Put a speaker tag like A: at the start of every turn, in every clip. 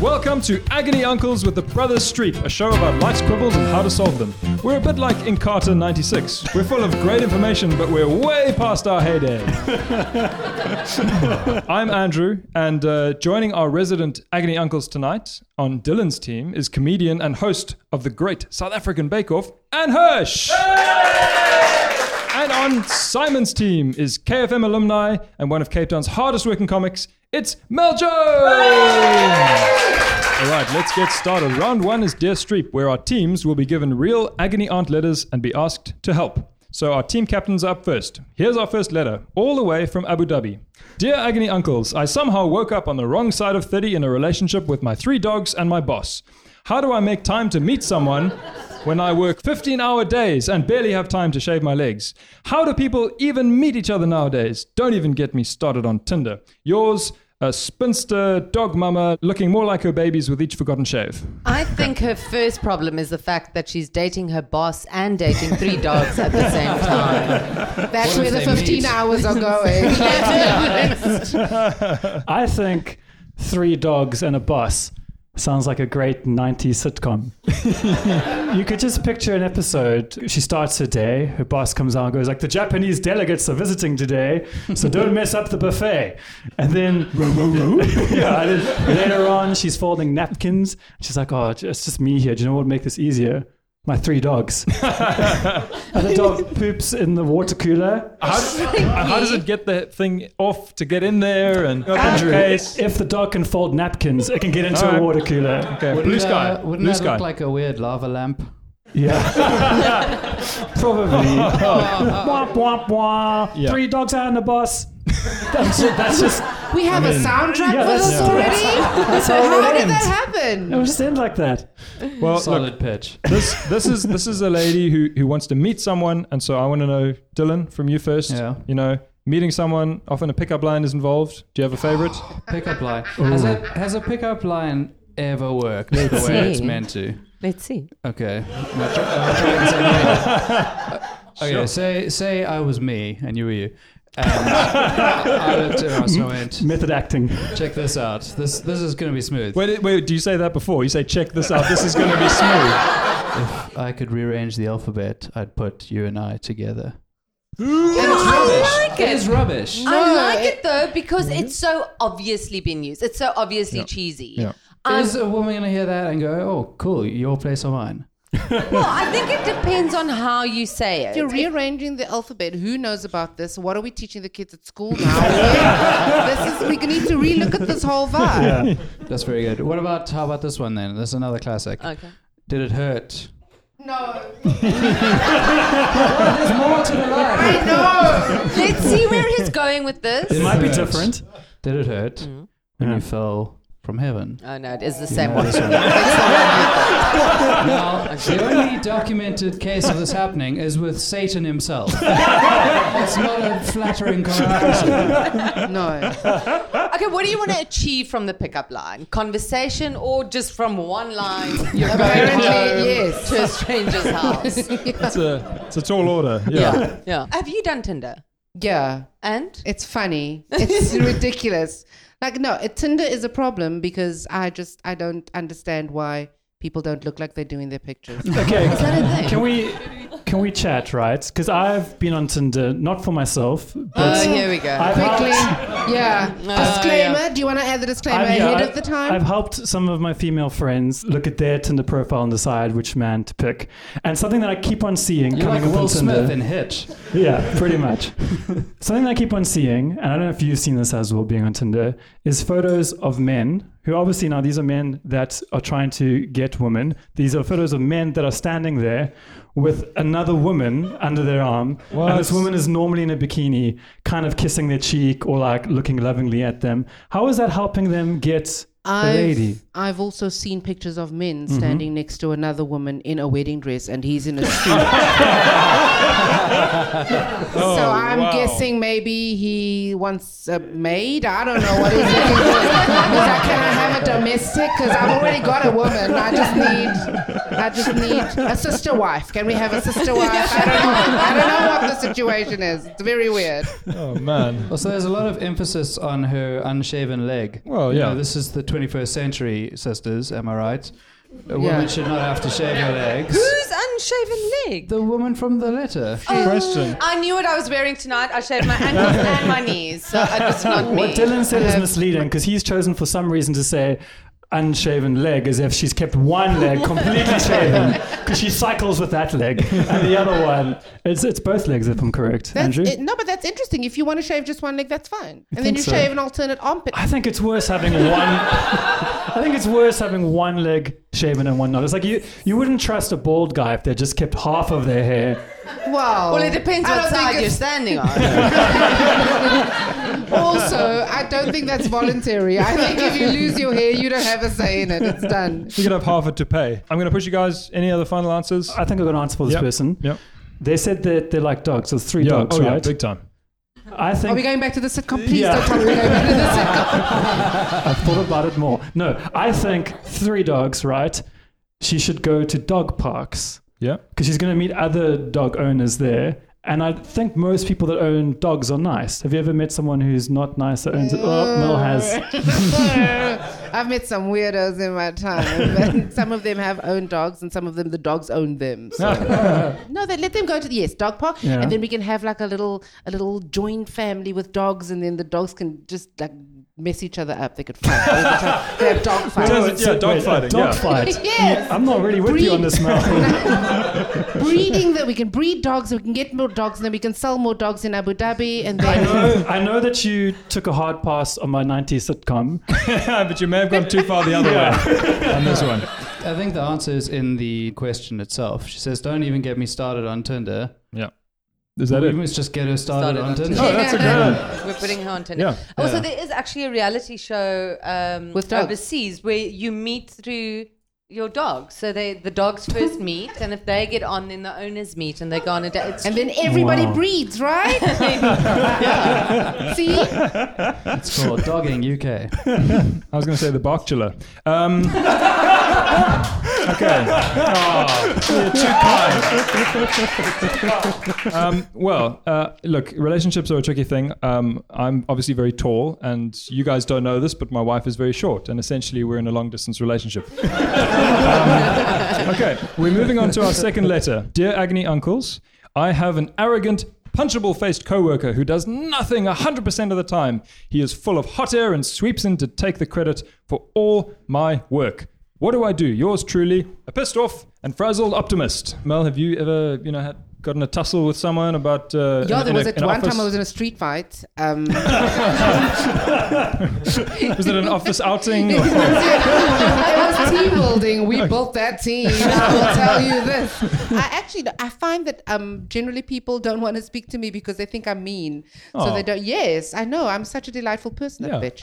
A: Welcome to Agony Uncles with the Brothers Streep, a show about life's quibbles and how to solve them. We're a bit like Encarta 96. We're full of great information, but we're way past our heyday. I'm Andrew, and uh, joining our resident Agony Uncles tonight on Dylan's team is comedian and host of the great South African Bake Off, Anne Hirsch. And on Simon's team is KFM alumni and one of Cape Town's hardest working comics, it's Mel Jones! All right, let's get started. Round one is Dear Streep, where our teams will be given real agony aunt letters and be asked to help. So our team captains are up first. Here's our first letter, all the way from Abu Dhabi. Dear agony uncles, I somehow woke up on the wrong side of 30 in a relationship with my three dogs and my boss. How do I make time to meet someone when I work 15 hour days and barely have time to shave my legs? How do people even meet each other nowadays? Don't even get me started on Tinder. Yours, a spinster dog mama looking more like her babies with each forgotten shave.
B: I think her first problem is the fact that she's dating her boss and dating three dogs at the same time. That's where the 15 hours are going.
C: I think three dogs and a boss sounds like a great 90s sitcom. you could just picture an episode. She starts her day, her boss comes out and goes like, the Japanese delegates are visiting today, so don't mess up the buffet. And then, yeah, and then later on, she's folding napkins. She's like, oh, it's just me here. Do you know what would make this easier? My three dogs. and the dog poops in the water cooler.
A: How, how does it get that thing off to get in there and
C: Andrew,
A: Okay.
C: if the dog can fold napkins, it can get into
A: Alright.
C: a water cooler.
A: Okay, blue sky,
D: wouldn't
A: blue
D: that
A: sky.
D: look like a weird lava lamp?
C: Yeah. Probably. womp, womp, womp.
A: Yeah.
C: Three dogs out in the bus. That's, it. that's just,
B: We have a soundtrack
C: yeah,
B: for
C: that's-
B: this
C: yeah.
B: already? so
C: how
B: how
C: it
B: did
C: ends.
B: that
C: it
B: happen?
C: was just end like that.
A: well, look,
D: Solid pitch.
A: this this is this is a lady who who wants to meet someone, and so I want to know, Dylan, from you first.
D: Yeah.
A: You know, meeting someone often a pickup line is involved. Do you have a favorite?
D: Pickup line. Has a, has a pickup line ever worked the way it's
B: see.
D: meant to?
B: Let's see.
D: Okay. Am I try- am I trying something new? okay. Say say I was me and you were you. And I looked at us and I went,
C: Method acting.
D: check this out. This this is gonna be smooth.
A: wait, wait. Do you say that before you say check this out? This is going to be smooth.
D: If I could rearrange the alphabet, I'd put you and I together.
B: I like
D: It
B: it.
D: is rubbish.
B: I like it though because it's so obviously been used. It's so obviously cheesy.
A: Yeah.
B: Um,
D: is a woman gonna hear that and go, "Oh, cool, your place or mine"?
B: well, I think it depends on how you say it.
E: You're rearranging the alphabet. Who knows about this? What are we teaching the kids at school now? this is we need to relook at this whole vibe.
D: That's very good. What about how about this one then? This is another classic.
F: Uh,
B: okay.
D: Did it hurt?
E: No,
D: There's more to the line.
E: no.
B: Let's see where he's going with
C: It
B: this.
C: might be
D: Yes.
C: different.
D: Did it hurt when
C: Yeah.
D: you fell from heaven?
B: Oh no, it is the same one.
D: Now, the only documented case of this happening is with Satan himself. it's not a flattering conversation.
E: No.
B: Okay, what do you want to achieve from the pickup line? Conversation or just from one line? You're
E: Apparently,
B: yes. To a stranger's house.
A: It's a it's a tall order. Yeah.
B: yeah. Yeah. Have you done Tinder?
E: Yeah.
B: And?
E: It's funny. It's ridiculous. Like no, it, Tinder is a problem because I just I don't understand why people don't look like they do in their pictures.
C: Okay.
B: that a thing?
C: Can we can we chat, right? Because I've been on Tinder, not for myself, but
F: Oh,
B: Oh, here we go.
C: I've
E: Quickly,
C: helped-
E: yeah. disclaimer. Do you want to add the disclaimer
C: I've- yeah,
E: ahead
C: I've-
E: of the time?
C: I've helped some of my female friends look at their Tinder profile and decide which man to pick. And something that I keep on seeing
D: You're
C: coming
D: like
C: up on
D: Will
C: Tinder.
D: Smith in Hitch.
C: Yeah, pretty much. Something I keep on seeing, and I don't know if you've seen this as well being on Tinder, is photos of men who obviously now these are men that are trying to get women. These are photos of men that are standing there with another woman under their arm.
A: What?
C: And this woman is normally in a bikini, kind of kissing their cheek or like looking lovingly at them. How is that helping them get a
E: I've,
C: lady? Mm-hmm.
E: I've also seen pictures of men standing next to another woman in a wedding dress and he's in a suit. so I'm
A: wow.
E: guessing maybe he wants a maid. I don't know what he's looking for. He's like, can I have a domestic? Because I've already got a woman. I just need, I just need a sister wife. Can we have a sister wife? I don't know. I don't know what the situation is. It's very weird.
A: Oh man.
D: Also, there's a lot of emphasis on her unshaven leg.
A: Well,
D: You
A: yeah.
D: know, this is the 21st century sisters, am I right? A
B: Yeah.
D: woman should not have to shave her legs.
F: Who's unshaven leg?
D: The woman from the letter.
B: Oh,
F: Oh,
A: Question.
F: I knew what I was wearing tonight. I shaved my ankles and my knees. So I just not me.
C: What Dylan said
E: Um,
C: is
B: Uh,
C: misleading because he's chosen for some reason to say unshaven leg as if she's kept one leg completely shaven because she cycles with that leg and the other one. It's, it's both legs, if I'm correct,
E: That's
C: Andrew.
E: it. No, but that's interesting. If you want to shave just one leg, that's fine. And then
C: think
E: you
C: so.
E: shave an alternate armpit.
C: I think it's worse having one. I think it's worse having one leg shaven and one not. It's like you you wouldn't trust a bald guy if they just kept half of their hair.
E: Well,
B: Well, it depends
E: I
B: what
E: don't think
B: side you're
E: it's-
B: standing on.
E: Also, I don't think that's voluntary. I think if you lose your hair, you don't have a say in it. It's done.
A: You could have half it to pay. I'm going to push you guys. Any other final answers?
C: I think I've got an answer for this
A: Yep.
C: person.
A: Yep.
C: They said that they're like dogs. There's three dogs,
A: oh, yeah,
C: right?
A: big time.
C: I think
E: Are we going back to the sitcom? Please
C: Yeah.
E: don't tell me we're going back to the sitcom.
C: I've thought about it more. No, I think three dogs, right? She should go to dog parks
A: Yeah.
C: because she's going to meet other dog owners there. And I think most people that own dogs are nice. Have you ever met someone who's not nice that owns it? Oh, Mel has.
E: I've met some weirdos in my time. but some of them have owned dogs, and some of them the dogs own them. So. no, they let them go to the yes dog park,
C: Yeah.
E: and then we can have like a little a little joint family with dogs, and then the dogs can just like mess each other up. They could fight. They could try- they have dog
A: Does
E: fights.
A: it- yeah, dog
C: Wait, a
A: fighting,
C: Dog
A: yeah.
C: fight.
E: Yes.
C: I'm not really with you on this, Mel.
E: breeding that we can breed dogs and we can get more dogs and then we can sell more dogs in Abu Dhabi and
C: I
E: then
C: know, I know that you took a hard pass on my 90s sitcom.
A: but you may have gone too far the other way on this one.
D: I think the answer is in the question itself. She says, "Don't even get me started on Tinder."
A: Yeah. Is that
D: we
A: it?
D: must just get her started,
B: Started
D: on,
B: on
D: Tinder.
B: Tinder.
A: Oh, that's a good one.
F: We're putting her on Tinder.
A: Yeah.
F: Also,
D: Yeah.
F: there is actually a reality show um,
E: With dogs.
F: overseas where you meet through your dog. So they the dogs first meet, and if they get on, then the owners meet, and they go on a date. It's
E: and then everybody
C: Wow.
E: breeds, right? See?
D: It's called Dogging UK.
A: I was going to say the Bocula. Um, okay. Oh, you're too kind. um, well, uh, look, relationships are a tricky thing. Um, I'm obviously very tall, and you guys don't know this, but my wife is very short, and essentially we're in a long distance relationship. Um, okay, we're moving on to our second letter. Dear Agony Uncles, I have an arrogant, punchable faced coworker who does nothing 100% of the time. He is full of hot air and sweeps in to take the credit for all my work. What do I do? Yours truly, a pissed off and frazzled optimist. Mel, have you ever, you know, had, gotten a tussle with someone about? Uh,
E: Yeah,
A: in-
E: there
A: in
E: was
A: a-
E: at
A: in
E: one
A: office?
E: time I was in a street fight. Um,
A: Was it an office outing?
E: it was team building. We built that team. I will tell you this. I actually, I find that um, generally people don't want to speak to me because they think I'm mean. So
A: Aw.
E: they don't. Yes, I know. I'm such a delightful person, that
A: Oh. Yeah.
E: bitch.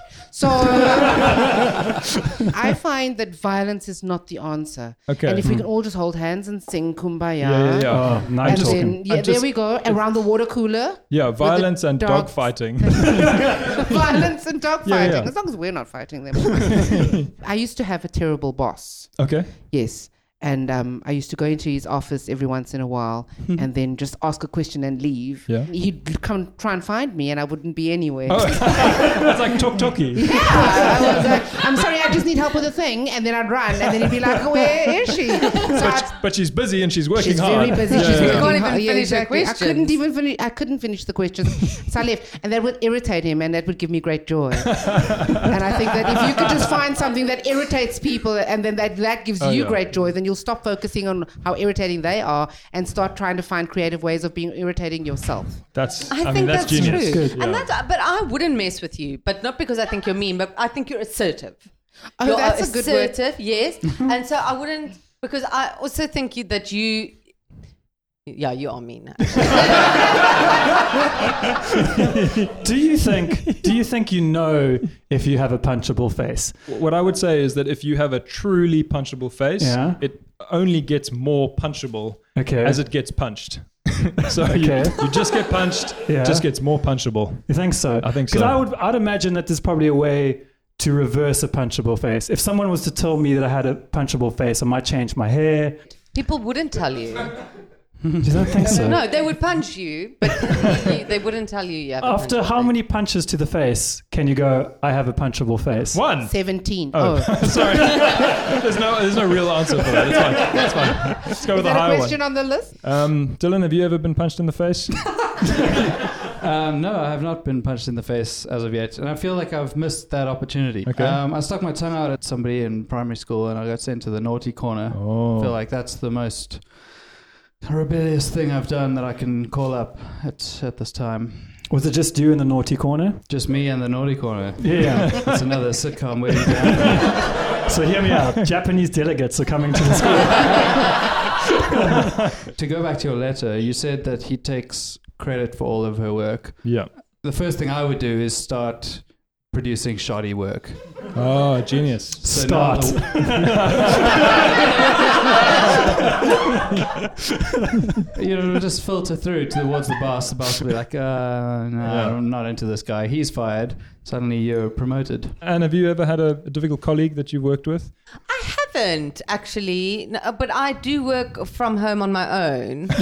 E: So I find that violence is not the answer.
A: Okay. Hmm.
E: And if we can all just hold hands and sing Kumbaya.
A: yeah, yeah, yeah.
C: Oh, now
E: And
C: you're
E: then,
C: talking.
E: yeah,
A: I'm
E: there
A: just-
E: we go. Around the water cooler.
A: Yeah,
E: with the
A: violence and dog
E: dogs.
A: fighting.
E: violence and dog
A: Yeah,
E: fighting.
A: yeah.
E: As long as we're not fighting them. I used to have a terrible boss.
A: okay.
E: Yes. And um, I used to go into his office every once in a while and then just ask a question and leave.
A: Yeah.
E: He'd come try and find me and I wouldn't be anywhere.
A: Oh, it's like tok toki.
E: Yeah, I was like, I'm sorry, I just need help with a thing. And then I'd run and then he'd be like, "Oh, Where is she? So I'd
A: But, but she's busy and she's working
E: She's
A: hard.
E: very busy.
A: Yeah,
E: She's
A: yeah,
E: working
A: yeah.
F: Can't even
E: hard.
F: finish her
E: I couldn't
F: questions.
E: even finish. I couldn't finish the questions, so I left, and that would irritate him, and that would give me great joy. and I think that if you could just find something that irritates people, and then that that gives
A: Oh,
E: you
A: yeah.
E: great joy, then you'll stop focusing on how irritating they are and start trying to find creative ways of being irritating yourself.
A: That's. I,
F: I,
A: mean,
F: think
A: that's,
F: that's,
A: genius.
F: true.
C: Good,
F: And that's, but I wouldn't mess with you, but not because I think you're mean, but I think you're assertive.
E: Oh,
F: you're
E: that's a good word.
F: assertive, yes. and so I wouldn't, because I also think you, that you, yeah, you are mean.
C: Do you think? Do you think you know if you have a punchable face?
A: What I would say is that if you have a truly punchable face,
C: Yeah.
A: it only gets more punchable
C: Okay.
A: as it gets punched. so
C: Okay.
A: you, you just get punched,
C: Yeah.
A: it just gets more punchable.
C: You think so?
A: I think so.
C: Because I would, I'd imagine that there's probably a way to reverse a punchable face. If someone was to tell me that I had a punchable face, I might change my hair.
F: People wouldn't tell you.
C: You don't think so?
F: No, they would punch you, but you- they wouldn't tell you you have. a
C: After
F: punch.
C: how many punches to the face can you go, I have a punchable face?
A: One.
E: 17.
A: Oh,
E: Oh.
A: sorry. there's no there's no real answer for that. It's fine. That's fine. Let's go with the
E: Is that a
A: higher
E: question
A: one.
E: on the list?
A: Um, Dylan, have you ever been punched in the face?
D: Um, no, I have not been punched in the face as of yet, and I feel like I've missed that opportunity.
A: Okay.
D: Um, I stuck my tongue out at somebody in primary school, and I got sent to the naughty corner. I feel
A: Oh.
D: like that's the most rebellious thing I've done that I can call up at at this time.
C: Was it just you in the naughty corner?
D: Just me and the naughty corner.
C: Yeah.
D: It's another sitcom waiting to happen.
C: so hear me out. Japanese delegates are coming to the school.
D: to go back to your letter, you said that he takes credit for all of her work.
A: Yeah.
D: The first thing I would do is start producing shoddy work.
A: Oh, genius.
D: So now
C: Start.
D: the- you know, it'll just filter through towards the boss. The boss will be like, uh, no, I'm not into this guy. He's fired. Suddenly you're promoted.
A: And have you ever had a, a difficult colleague that you've worked with?
F: I haven't actually, no, but I do work from home on my own.
A: Are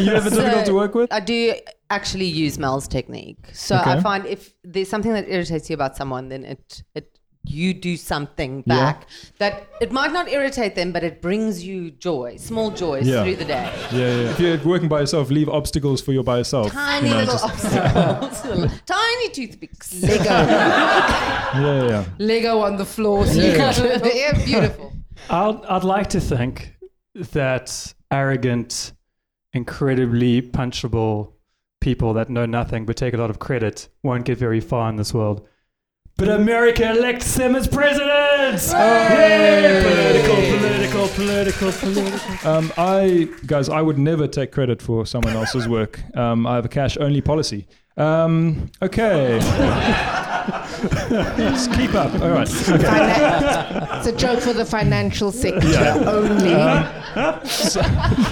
A: you ever difficult
F: So-
A: to work with?
C: uh,
F: I do actually use Mel's technique. So
A: Okay.
F: I find if there's something that irritates you about someone, then it it you do something
A: Yeah.
F: back that it might not irritate them, but it brings you joy, small joys
A: Yeah.
F: through the day.
A: Yeah, yeah. If you're working by yourself, leave obstacles for you by yourself.
F: Tiny
A: you know,
F: little
A: just-
F: obstacles, little- tiny toothpicks.
E: Lego.
A: yeah, yeah.
E: Lego on the floor. So you can, they're beautiful.
C: I'd, I'd like to think that arrogant, incredibly punchable people that know nothing but take a lot of credit won't get very far in this world. But America elects them as presidents! Yay! Political, political, political, political.
A: Um, I guys, I would never take credit for someone else's work. Um, I have a cash-only policy. Um, okay. Let's keep up. All right. Okay.
E: Finan- it's a joke for the financial sector only.
A: It's a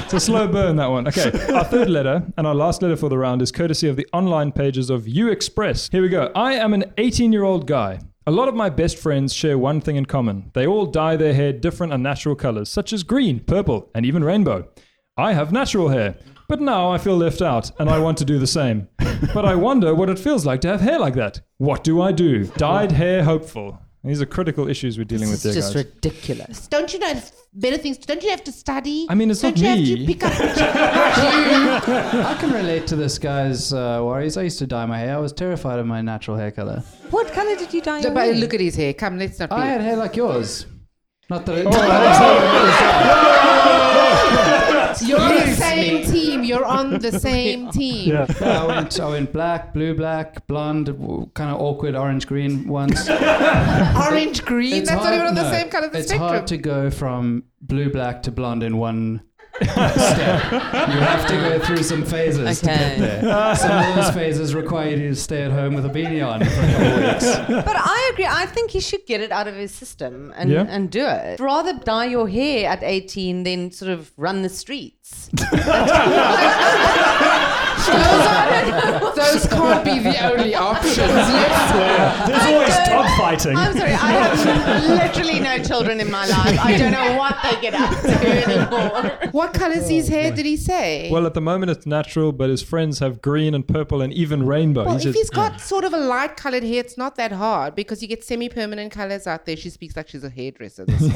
A: Uh, slow burn that one. Okay. Our third letter and our last letter for the round is courtesy of the online pages of U Express. Here we go. I am an 18-year-old guy. A lot of my best friends share one thing in common. They all dye their hair different and natural colors, such as green, purple, and even rainbow. I have natural hair, but now I feel left out and I want to do the same. But I wonder what it feels like to have hair like that. What do I do? Dyed hair hopeful. These are critical issues we're dealing
B: It's
A: with there,
B: just
A: guys.
B: ridiculous.
E: Don't you know it's better things? Don't you have to study?
A: I mean, it's
E: Don't
A: not
E: you
A: me.
E: have to pick up?
D: I can relate to this guy's uh, worries. I used to dye my hair. I was terrified of my natural hair color.
F: What color did you dye your
B: But
F: hair?
E: Look at his hair. Come, let's not. Be.
D: I had hair like yours. Not that it,
E: You're on the same team. You're on the same team.
C: Yeah.
D: I went, I went black, blue, black, blonde, kind of awkward orange, green once.
E: Orange, green.
D: It's
E: that's
D: hard-
E: not even on the
D: no,
E: same kind of
D: It's
E: spectrum.
D: hard to go from blue black to blonde in one step. You have to go through some phases
F: Okay.
D: to get there. Some of those phases require you to stay at home with a beanie on for a couple of weeks.
F: But I agree. I think he should get it out of his system and,
A: Yeah.
F: and do it. Rather dye your hair at 18 than sort of run the streets. Those are-
E: Those can't be the only options. Let's
C: There's always dogfighting.
F: I'm sorry, I have literally no children in my life. I don't know what they get up to anymore.
E: What color's his hair? Did he say?
A: Well, at the moment it's natural, but his friends have green and purple and even rainbow.
E: Well,
A: He's
E: if
A: just-
E: he's got sort of a light colored hair, it's not that hard because you get semi permanent colors out there. She speaks like she's a hairdresser. This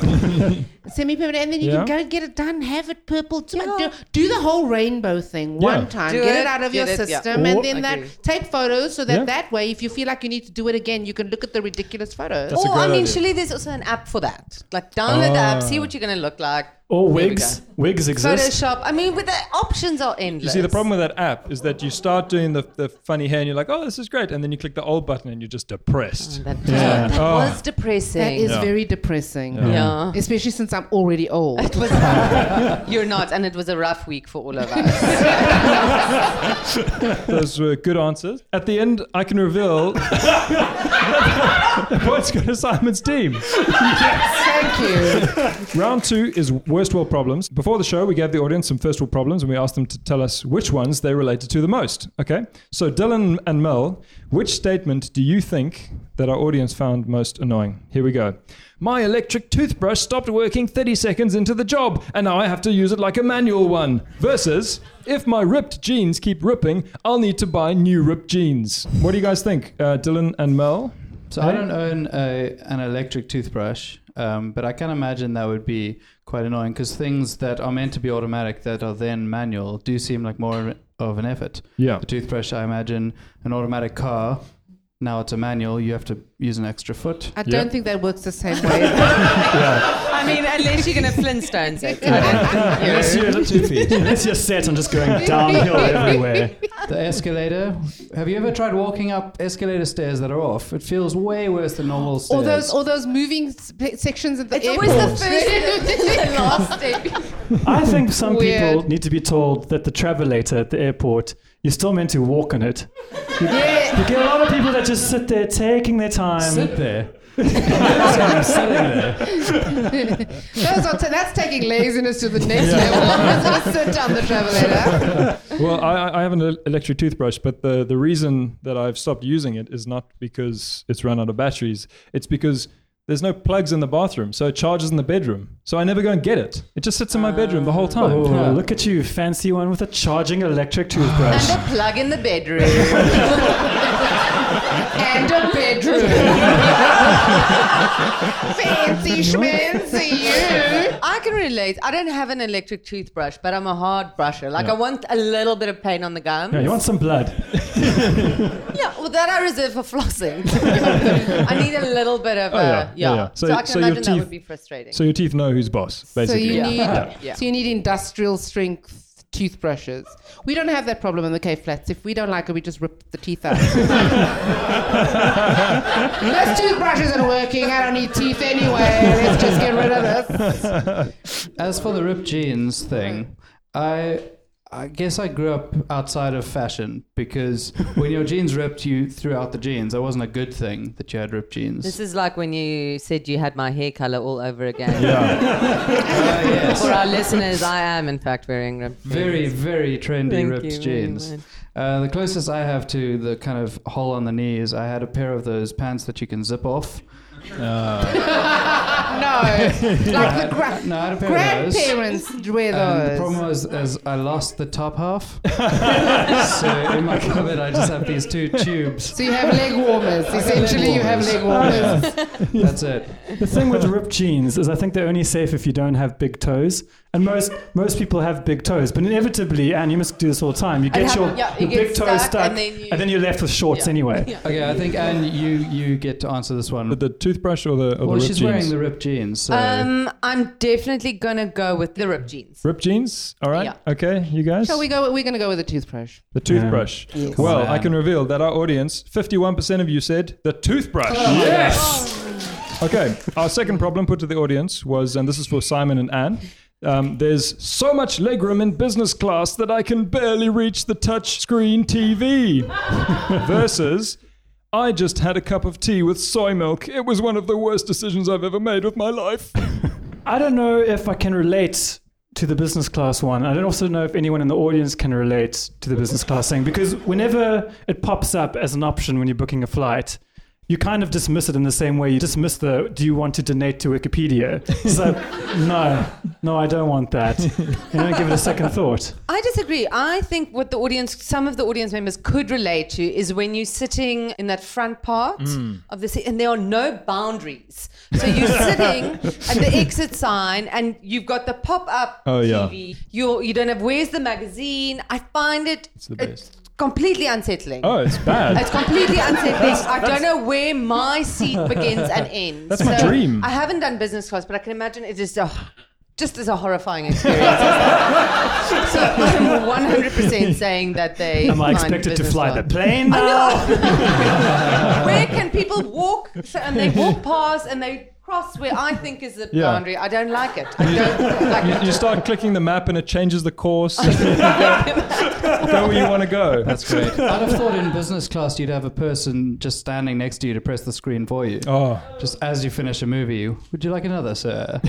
E: semi permanent, and then you
A: Yeah.
E: can go get it done, have it purple. Do, do, do the whole rainbow thing
A: Yeah.
E: one time,
F: Do
E: get it,
F: it,
E: out of your
F: get it, yeah.
E: system,
A: Or-
E: and then
F: Agree.
E: that take photos so that
A: Yeah.
E: that way, if you feel like you need to do it again, you can look at the ridiculous photos.
A: That's a
F: or,
A: great
F: I mean,
A: idea. Ah.
F: surely there's also an app for that. Like, download the app, see what you're going to look like.
C: Or
F: There we
C: wigs. Wigs
F: go.
C: exist.
F: Photoshop. I mean, but the options are
A: you
F: endless.
A: see, the problem with that app is that you start doing the, the funny hair and you're like, oh, this is great. And then you click the old button and you're just depressed.
E: Mm.
F: That,
A: Yeah.
F: that
A: Oh.
F: was depressing.
E: That is
A: Yeah.
E: very depressing.
F: yeah.
E: Especially since I'm already old.
F: It was, you're not, and it was a rough week for all of us.
A: Those were good answers. At the end, I can reveal the points go to Simon's team.
E: Thank you.
A: Round two is worst world problems. Before the show, we gave the audience some first world problems and we asked them to tell us which ones they related to the most. Okay? So, Dylan and Mel, which statement do you think that our audience found most annoying? Here we go. My electric toothbrush stopped working 30 seconds into the job, and now I have to use it like a manual one. Versus, if my ripped jeans keep ripping, I'll need to buy new ripped jeans. What do you guys think, uh, Dylan and Mel?
D: So I don't own a, an electric toothbrush, um, but I can imagine that would be quite annoying because things that are meant to be automatic that are then manual do seem like more of an effort.
A: Yeah.
D: The toothbrush, I imagine, an automatic car. Now it's a manual. You have to use an extra foot.
E: I
A: Yeah.
E: don't think that works the same way.
F: I mean, unless you're going to Flintstones it.
C: Unless you're, unless you're set on just going downhill everywhere.
D: The escalator. Have you ever tried walking up escalator stairs that are off? It feels way worse than normal stairs.
E: all those all those moving sp- sections at the
F: It's
E: airport.
F: always the first and the last step.
C: I think some people
E: Weird.
C: need to be told that the travelator at the airport, you're still meant to walk on it. You, you get a lot of people that just sit there taking their time.
D: there.
E: Those are t- that's taking laziness to the next level. Just sit down the travelator.
A: Well, I, I- I have an el- electric toothbrush, but the, the reason that I've stopped using it is not because it's run out of batteries. It's because there's no plugs in the bathroom, so it charges in the bedroom. So I never go and get it. It just sits in my bedroom the
D: Ah.
A: whole time.
C: Oh, look at you, fancy one with a charging electric toothbrush.
F: And a plug in the bedroom.
E: And a bedroom. Fancy schmancy you.
F: I can relate. I don't have an electric toothbrush, but I'm a hard brusher. Like, I want a little bit of pain on the gum.
C: yeah, you want some blood.
F: Yeah, well, that I reserve for flossing. I need a little bit of a.
A: Oh, yeah,
F: yeah,
A: yeah, yeah.
F: So,
A: So-
F: I can
A: so your
F: imagine that
A: teeth-
F: would be frustrating.
A: So your teeth know who's boss,
E: So
A: basically.
E: you
F: Yeah.
E: need
F: Yeah.
E: so you need industrial strength toothbrushes. We don't have that problem in the K flats. If we don't like it, we just rip the teeth out. Those toothbrushes aren't working. I don't need teeth anyway. Let's just get rid of this.
D: As for the ripped jeans thing, I I guess I grew up outside of fashion because when your jeans ripped, you threw out the jeans. That wasn't a good thing that you had ripped jeans.
F: this is like when you said you had my hair color all over again.
A: yeah.
D: Ah, yes.
F: For our listeners, I am in fact wearing them.
D: Very, very trendy
F: Thank
D: ripped
F: you very
D: jeans.
F: much.
D: Uh, the closest I have to the kind of hole on the knees, I had a pair of those pants that you can zip off.
E: No, like the gra-
D: No, I had a pair of those.
E: grandparents wear
D: And the
E: those.
D: problem was is I lost the top half. so in my cupboard, I just have these two tubes.
E: So you have leg warmers. Essentially, you have leg warmers.
D: That's it.
C: The thing with ripped jeans is I think they're only safe if you don't have big toes. And most most people have big toes, but inevitably, and you must do this all the time, you get
F: happen-
C: your,
F: yeah, you
C: your
F: get
C: big toes
F: stuck
C: stuck
F: and then you-
C: are left with shorts
F: Yeah.
C: anyway.
F: Yeah.
D: Okay, I think Anne, you you get to answer this one.
A: But the toothbrush or the or
D: well,
A: the ripped
D: she's
A: jeans.
D: wearing the ripped jeans. So.
F: Um, I'm definitely gonna go with the ripped jeans.
A: Ripped jeans, all right,
F: Yeah.
A: okay, you guys.
E: So we go. We're gonna go with a toothbrush.
A: the toothbrush.
E: Yes.
A: Well,
D: Come on.
A: I can reveal that our audience, 51% of you said the toothbrush.
C: Yes!
A: Okay, our second problem put to the audience was, and this is for Simon and Anne. Um, there's so much legroom in business class that I can barely reach the touchscreen TV. Versus, I just had a cup of tea with soy milk. It was one of the worst decisions I've ever made with my life.
C: I don't know if I can relate to the business class one. I don't also know if anyone in the audience can relate to the business class thing because whenever it pops up as an option when you're booking a flight, you kind of dismiss it in the same way you dismiss the do you want to donate to Wikipedia? It's like, no, no, I don't want that. You don't give it a second thought.
F: I disagree. I think what the audience, some of the audience members could relate to is when you're sitting in that front part
A: Mm.
F: of the seat and there are no boundaries. So you're sitting at the exit sign and you've got the pop up
A: Oh, yeah.
F: TV. You're, you don't have where's the magazine. I find it it's
A: the best.
F: completely unsettling.
A: Oh, it's bad.
F: It's completely unsettling. I don't know where my seat begins and ends.
A: That's my dream.
F: I haven't done business class, but I can imagine it is a, just as a horrifying experience. so I'm 100% saying that they.
C: Am I
F: find
C: expected to
F: business
C: fly the
F: class.
C: plane?
F: No. where can people walk? So, and they walk past and they cross where I think is the
A: Yeah.
F: boundary. I don't like it. I don't like it.
A: You start clicking the map and it changes the course. go where you want to go.
D: That's great. I'd have thought in business class you'd have a person just standing next to you to press the screen for you.
A: Oh,
D: Just as you finish a movie, would you like another, sir?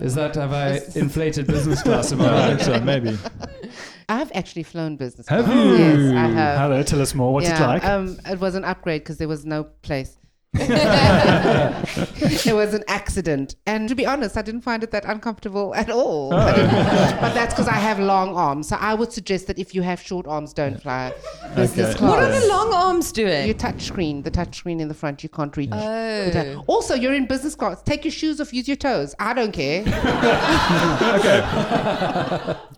D: Is that have I inflated business class in my
A: I
D: mind?
A: think so, maybe.
E: I've actually flown business.
A: Have
E: class.
A: you?
E: Yes, I have.
C: Oh, Hello, tell us more. What's
E: yeah,
C: it like?
E: Um, it was an upgrade because there was no place. it was an accident. And to be honest, I didn't find it that uncomfortable at all. I didn't- but that's because I have long arms. So I would suggest that if you have short arms, don't fly business
A: Okay.
E: class.
F: What are the long arms
E: Your
F: doing?
E: touch screen, the touch screen in the front, you can't reach. the
F: Oh.
E: touch- Also, you're in business class. Take your shoes off, use your toes. I don't care.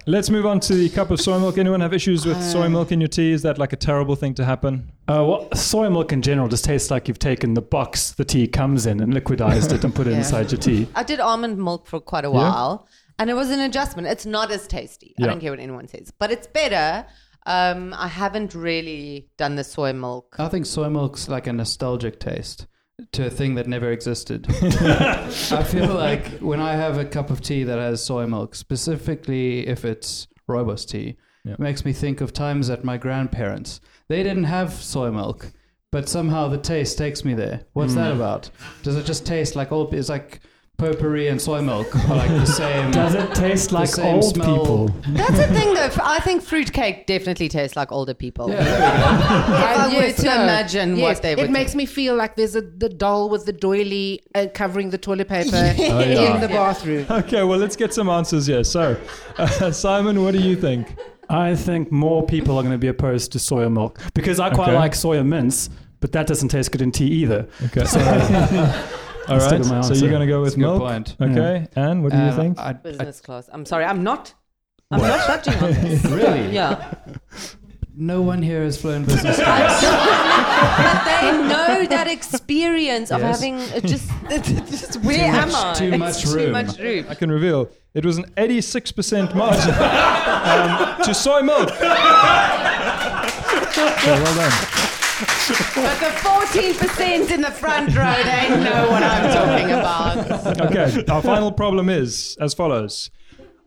A: Let's move on to the cup of soy milk. Anyone have issues with soy milk in your tea? Is that like a terrible thing to happen?
C: Uh, well, soy milk in general just tastes like you've taken the box the tea comes in and liquidized it and put it
E: Yeah.
C: inside your tea.
F: I did almond milk for quite a while, and it was an adjustment. It's not as tasty. I
C: Yeah.
F: don't care what anyone says, but it's better. Um, I haven't really done the soy milk.
D: I think soy milk's like a nostalgic taste to a thing that never existed. I feel like when I have a cup of tea that has soy milk, specifically if it's rooibos tea,
A: Yeah.
D: it makes me think of times at my grandparents. They didn't have soy milk, but somehow the taste takes me there. What's
A: Mm.
D: that about? Does it just taste like old? It's like potpourri and soy milk are like the same.
C: Does it taste like
D: same
C: old
D: smell.
C: people?
F: That's the thing, though. I think fruitcake definitely tastes like older people.
D: Yeah, there we go.
F: I were to
E: no.
F: imagine
E: Yes,
F: what they would
E: It makes me feel like there's a the doll with the doily uh, covering the toilet paper
C: Oh,
E: in the bathroom.
A: Okay, well, let's get some answers here. So, uh, Simon, what do you think?
C: I think more people are going to do. be opposed to soy milk because I quite
A: Okay.
C: like soy mince, but that doesn't taste good in tea either.
A: Okay. So, all
C: Stick
A: right.
C: with my
A: So
C: answer.
A: you're going to go with
D: That's a good
A: milk.
D: point.
A: Okay. Anne, what do you
D: Um,
A: think?
D: I-
F: business class. I'm sorry, I'm not. I'm not judging on this.
D: really?
F: Yeah,
D: No one here has flown business class.
F: but they know that experience of
D: Yes.
F: having it just, it, it just where am
D: much-
F: I?
D: too
F: It's
D: much
F: Too
D: room.
F: much room.
A: I can reveal it was an 86% margin um, to soy milk. Okay, well done.
F: But the fourteen percent in the front row, they know what I'm talking about.
A: Okay, our final problem is as follows.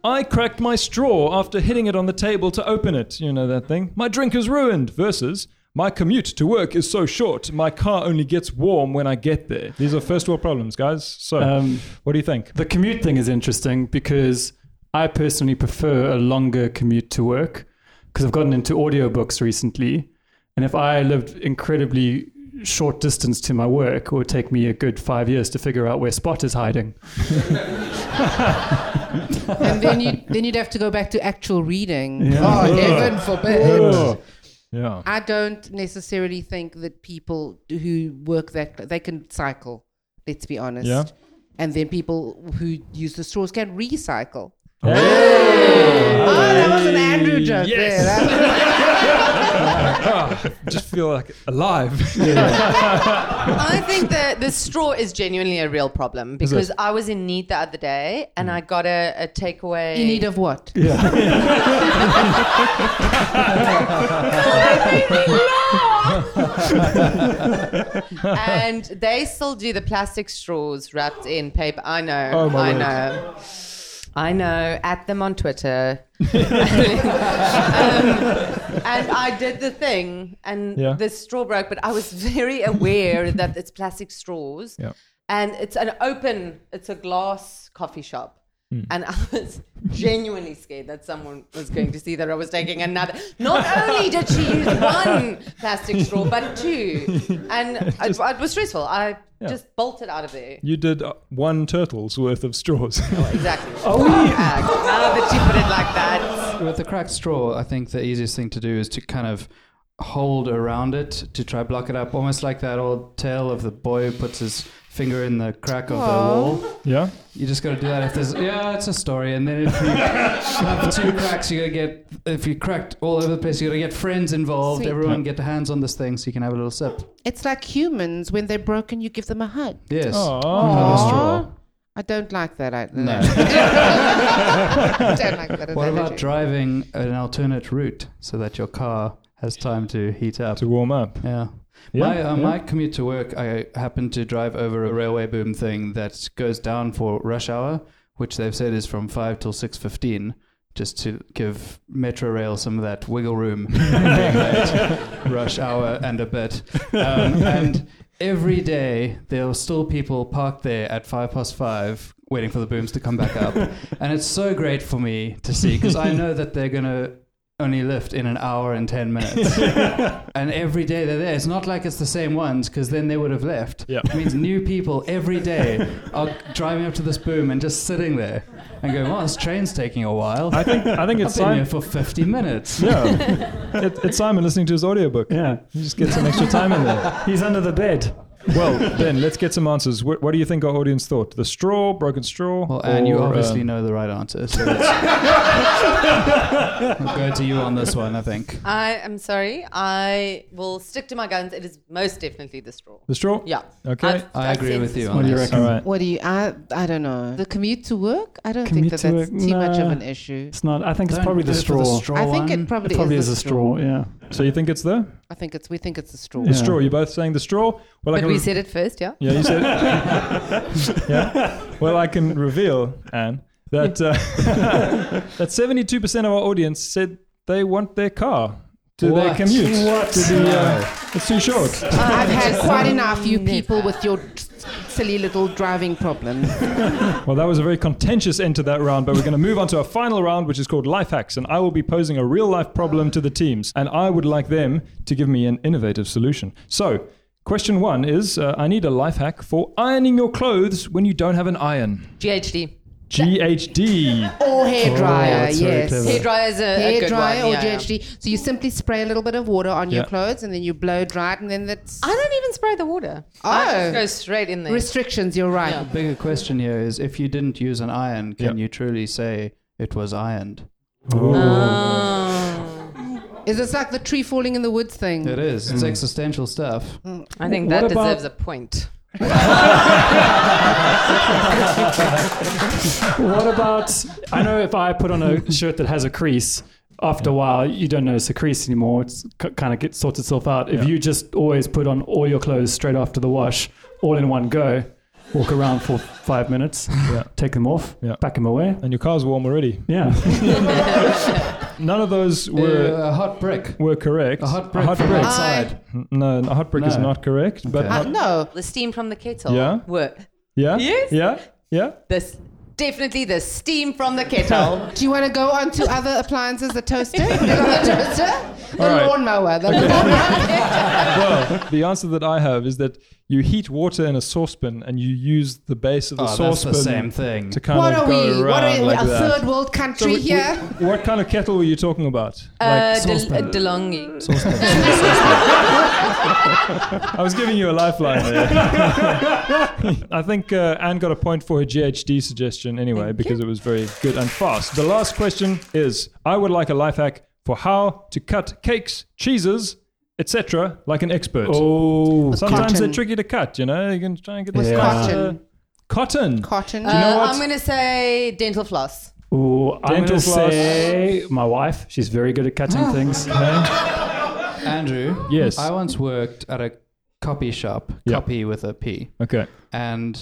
A: I cracked my straw after hitting it on the table to open it. You know that thing. My drink is ruined versus my commute to work is so short. My car only gets warm when I get there. These are first world problems, guys. So,
C: Um,
A: what do you think?
C: The commute thing is interesting because I personally prefer a longer commute to work because I've gotten into audiobooks recently. And if I lived incredibly short distance to my work, it would take me a good five years to figure out where Spot is hiding.
E: and then you then you'd have to go back to actual reading.
C: Yeah.
E: Oh,
C: Ugh.
E: heaven forbid.
C: Ugh.
A: Oh, Yeah.
E: I don't necessarily think that people who work that they can cycle. Let's be honest.
A: Yeah.
E: And then people who use the straws can recycle.
A: Hey!
E: Oh, that was an Andrew joke.
A: Yes.
E: There. That-
A: Ah, just feel like alive.
F: I think that the straw is genuinely a real problem
A: it? Mm.
F: because I was in need the other day and I got a, a takeaway.
E: in need of what?
F: and they still do the plastic straws wrapped in paper. I know.
A: Oh, my
F: I
A: word.
F: know. I know. At them on Twitter. um, and I did the thing, and
A: Yeah.
F: the straw broke, but I was very aware that it's plastic straws.
A: Yeah.
F: And it's an open, it's a glass coffee shop. And I was genuinely scared that someone was going to see that I was taking another. Not only did she use one plastic straw, but two. And it, it was stressful. I
A: Yeah.
F: just bolted out of there.
A: You did uh, one turtle's worth of straws.
F: Exactly. Oh, Now that you put it like that.
D: With the cracked straw, I think the easiest thing to do is to kind of hold around it to try block it up, almost like that old tale of the boy who puts his finger in the crack of the wall.
A: yeah.
D: You just got to do that if there's yeah, it's a story. And then if you have two cracks, you're gonna get if you cracked all over the place, you're gonna get friends involved.
E: Sweet.
D: Everyone get their hands on this thing so you can have a little sip.
E: It's like humans when they're broken, you give them a hug.
D: Yes.
A: Oh.
D: Have a straw.
E: I don't like that. I,
D: No.
E: I don't like that.
D: What about
E: analogy.
D: driving an alternate route so that your car has time to heat up?
A: To warm up.
D: Yeah.
A: Yeah,
D: my, uh,
A: yeah.
D: my commute to work, I happened to drive over a railway boom thing that goes down for rush hour, which they've said is from five till six fifteen, just to give Metro Rail some of that wiggle room. being late, rush hour and a bit, um, and every day there are still people parked there at five past five. Waiting for the booms to come back up, and it's so great for me to see because I know that they're gonna only lift in an hour and 10 minutes. and every day they're there. It's not like it's the same ones because then they would have left.
A: Yeah.
D: It means new people every day are driving up to this boom and just sitting there and going, well, this train's taking a while.
A: I think I think
D: I've been
A: it's Simon.
D: here for 50 minutes.
A: Yeah, it, it's Simon listening to his audiobook.
C: Yeah.
A: You just get some extra time in there.
C: He's under the bed.
A: Well, Ben, let's get some answers. What, what do you think our audience thought? The straw, broken straw.
D: Well, and you
A: or,
D: obviously
A: um,
D: know the right answer. So that's I'll go to you on this one, I think.
F: I am sorry. I will stick to my guns. It is most definitely the straw.
A: the straw.
F: Yeah.
A: Okay.
F: I've-
D: I
F: I've
D: agree
F: said
D: with you
F: this
D: on
C: do you
D: this.
C: reckon?
A: All right.
B: What do you? I I don't know. The commute to work. I don't
C: Commute
B: think that
C: to
B: that's
C: work,
B: too much of
C: no.
B: an issue.
C: It's not. I think it's
D: Don't
C: probably
D: go
C: the
D: for
C: straw.
B: I think
D: one.
B: it probably,
C: It probably
B: is,
C: is a straw. Yeah.
A: So you think it's the
B: I think it's. We think it's a straw.
A: the
C: Yeah.
A: straw? You're both saying the straw. Well, I
F: But
A: can
F: we
A: re-
F: said it first, yeah?
A: yeah, you said. yeah. Well, I can reveal, Anne, that uh, that 72 percent of our audience said they want their car to their
D: What?
A: commute. What? To the, uh, it's too short.
E: I've had quite enough, you people, with your silly little driving problems.
A: Well, that was a very contentious end to that round, but we're going to move on to our final round, which is called Life Hacks. And I will be posing a real life problem to the teams, and I would like them to give me an innovative solution. So, question one is uh, I need a life hack for ironing your clothes when you don't have an iron.
F: GHD.
A: GHD.
E: Or hair dryer,
C: that's very
E: yes.
C: clever.
F: Hair dryer is a, a
E: Hair
F: good
E: dryer
F: one.
E: or
F: yeah, yeah.
E: GHD. So you simply spray a little bit of water on your
A: Yeah.
E: clothes and then you blow dry it and then that's
F: I don't even spray the water. I
E: Oh.
F: just go straight in there.
E: restrictions, you're right.
F: Yeah.
D: Bigger question here is if you didn't use an iron, can
A: Yeah.
D: you truly say it was ironed?
F: Oh.
E: Is this like the tree falling in the woods
B: Hmm.
E: thing?
D: It is. It's existential stuff.
F: I think
C: What
F: that
C: about-
F: deserves a point.
C: What about? I know if I put on a shirt that has a crease, after a while you don't notice the crease anymore. It's c- kind of gets sorts itself out. If
A: Yeah.
C: you just always put on all your clothes straight after the wash, all in one go, walk around for five minutes,
A: Yeah.
C: take them off,
A: Yeah.
C: pack them away.
A: And your car's warm already.
C: Yeah.
A: None of those were.
D: Uh, a hot brick.
A: were correct.
D: A hot brick from
A: brick.
D: outside.
A: No, a hot brick is
D: No.
A: not correct. But
D: Okay.
E: Uh,
A: not,
E: no.
F: The steam from the kettle.
A: Yeah.
F: Work.
A: yeah,
F: Yes.
A: yeah, yeah.
F: This definitely the steam from the kettle.
E: Do you want to go on to other appliances? The toaster? You got the toaster? The
A: All right.
E: lawnmower. The
A: well, the answer that I have is that you heat water in a saucepan and you use the base of the
D: Oh, that's
A: saucepan
D: the same thing.
A: to kind
E: What
A: of go
E: are we?
A: around
E: What are we?
A: like
E: a
A: that.
E: third world country
A: we-
E: here?
A: we- what kind of kettle were you talking about?
F: uh,
A: like
F: De-
A: saucepan.
F: uh, DeLonghi.
A: I was giving you a lifeline there. I think uh, Anne got a point for her GHD suggestion anyway because it was very good and fast. The last question is: I would like a life hack for how to cut cakes, cheeses, etc., like an expert.
C: oh.
A: Sometimes
E: Cotton.
A: they're tricky to cut, you know. You can try and get
E: With
A: this uh,
E: cotton.
A: Cotton.
E: Cotton.
A: you know
F: Uh,
A: what?
F: I'm going to say dental floss.
C: Ooh, I'm
A: Dental
C: gonna
A: floss.
C: say my wife. She's very good at
A: Ah.
C: cutting things.
D: Andrew.
A: Yes.
D: I once worked at a copy shop.
A: Yeah.
D: Copy with a P.
A: Okay.
D: And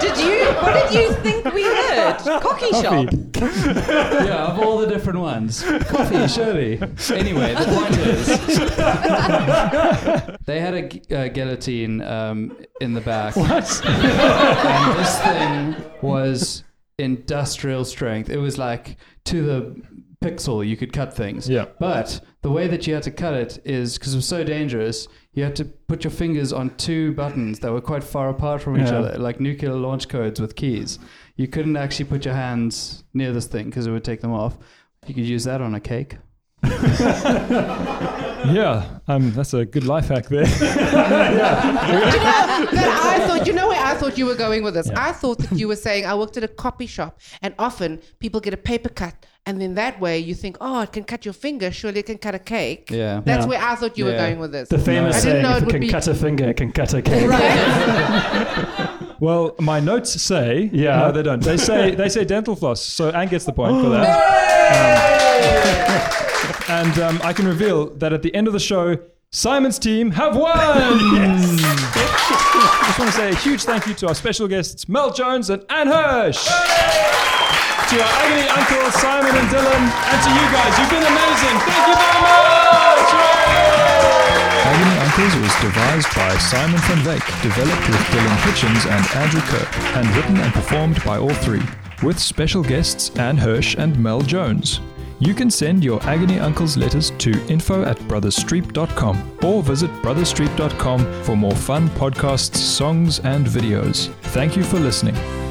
F: Did you? What did you think we heard? Cocky shop.
D: yeah, of all the different ones. Coffee, surely. Anyway, the point is, they had a, gu- uh guillotine um, in the back. What? and this thing was industrial strength. It was like to the pixel you could cut things.
A: Yeah.
D: But the way that you had to cut it is because it was so dangerous. You had to put your fingers on two buttons that were quite far apart from each
C: Yeah.
D: other, like nuclear launch codes with keys. You couldn't actually put your hands near this thing because it would take them off. You could use that on a cake.
A: Yeah, um, that's a good life hack there.
E: that I thought, you know where I thought you were going with this? I thought that you were saying I worked at a copy shop and often people get a paper cut and then that way you think, oh, it can cut your finger, surely it can cut a cake.
D: Yeah.
E: That's
C: Yeah.
E: where I thought you were
D: Yeah.
E: going with this.
C: The famous
E: I didn't
C: saying:
E: know
C: "If
E: it
C: it
E: would
C: can
E: be.
C: cut a finger, it can cut a cake."
A: well, my notes say
C: Yeah.
A: no, they don't. They say they say dental floss. So Anne gets the point for that. Um, and um, I can reveal that at the end of the show, Simon's team have won. Just want to say a huge thank you to our special guests Mel Jones and Anne Hirsch. To our agony uncle Simon and Dylan, and to you guys, you've been amazing. Thank you very much.
G: Agony Uncles was devised by Simon van Vake, developed with Dylan Hitchens and Andrew Kirk, and written and performed by all three, with special guests Anne Hirsch and Mel Jones.
A: You can send your Agony Uncles letters to info at brotherstreep.com or visit brotherstreep.com for more fun podcasts, songs, and videos. Thank you for listening.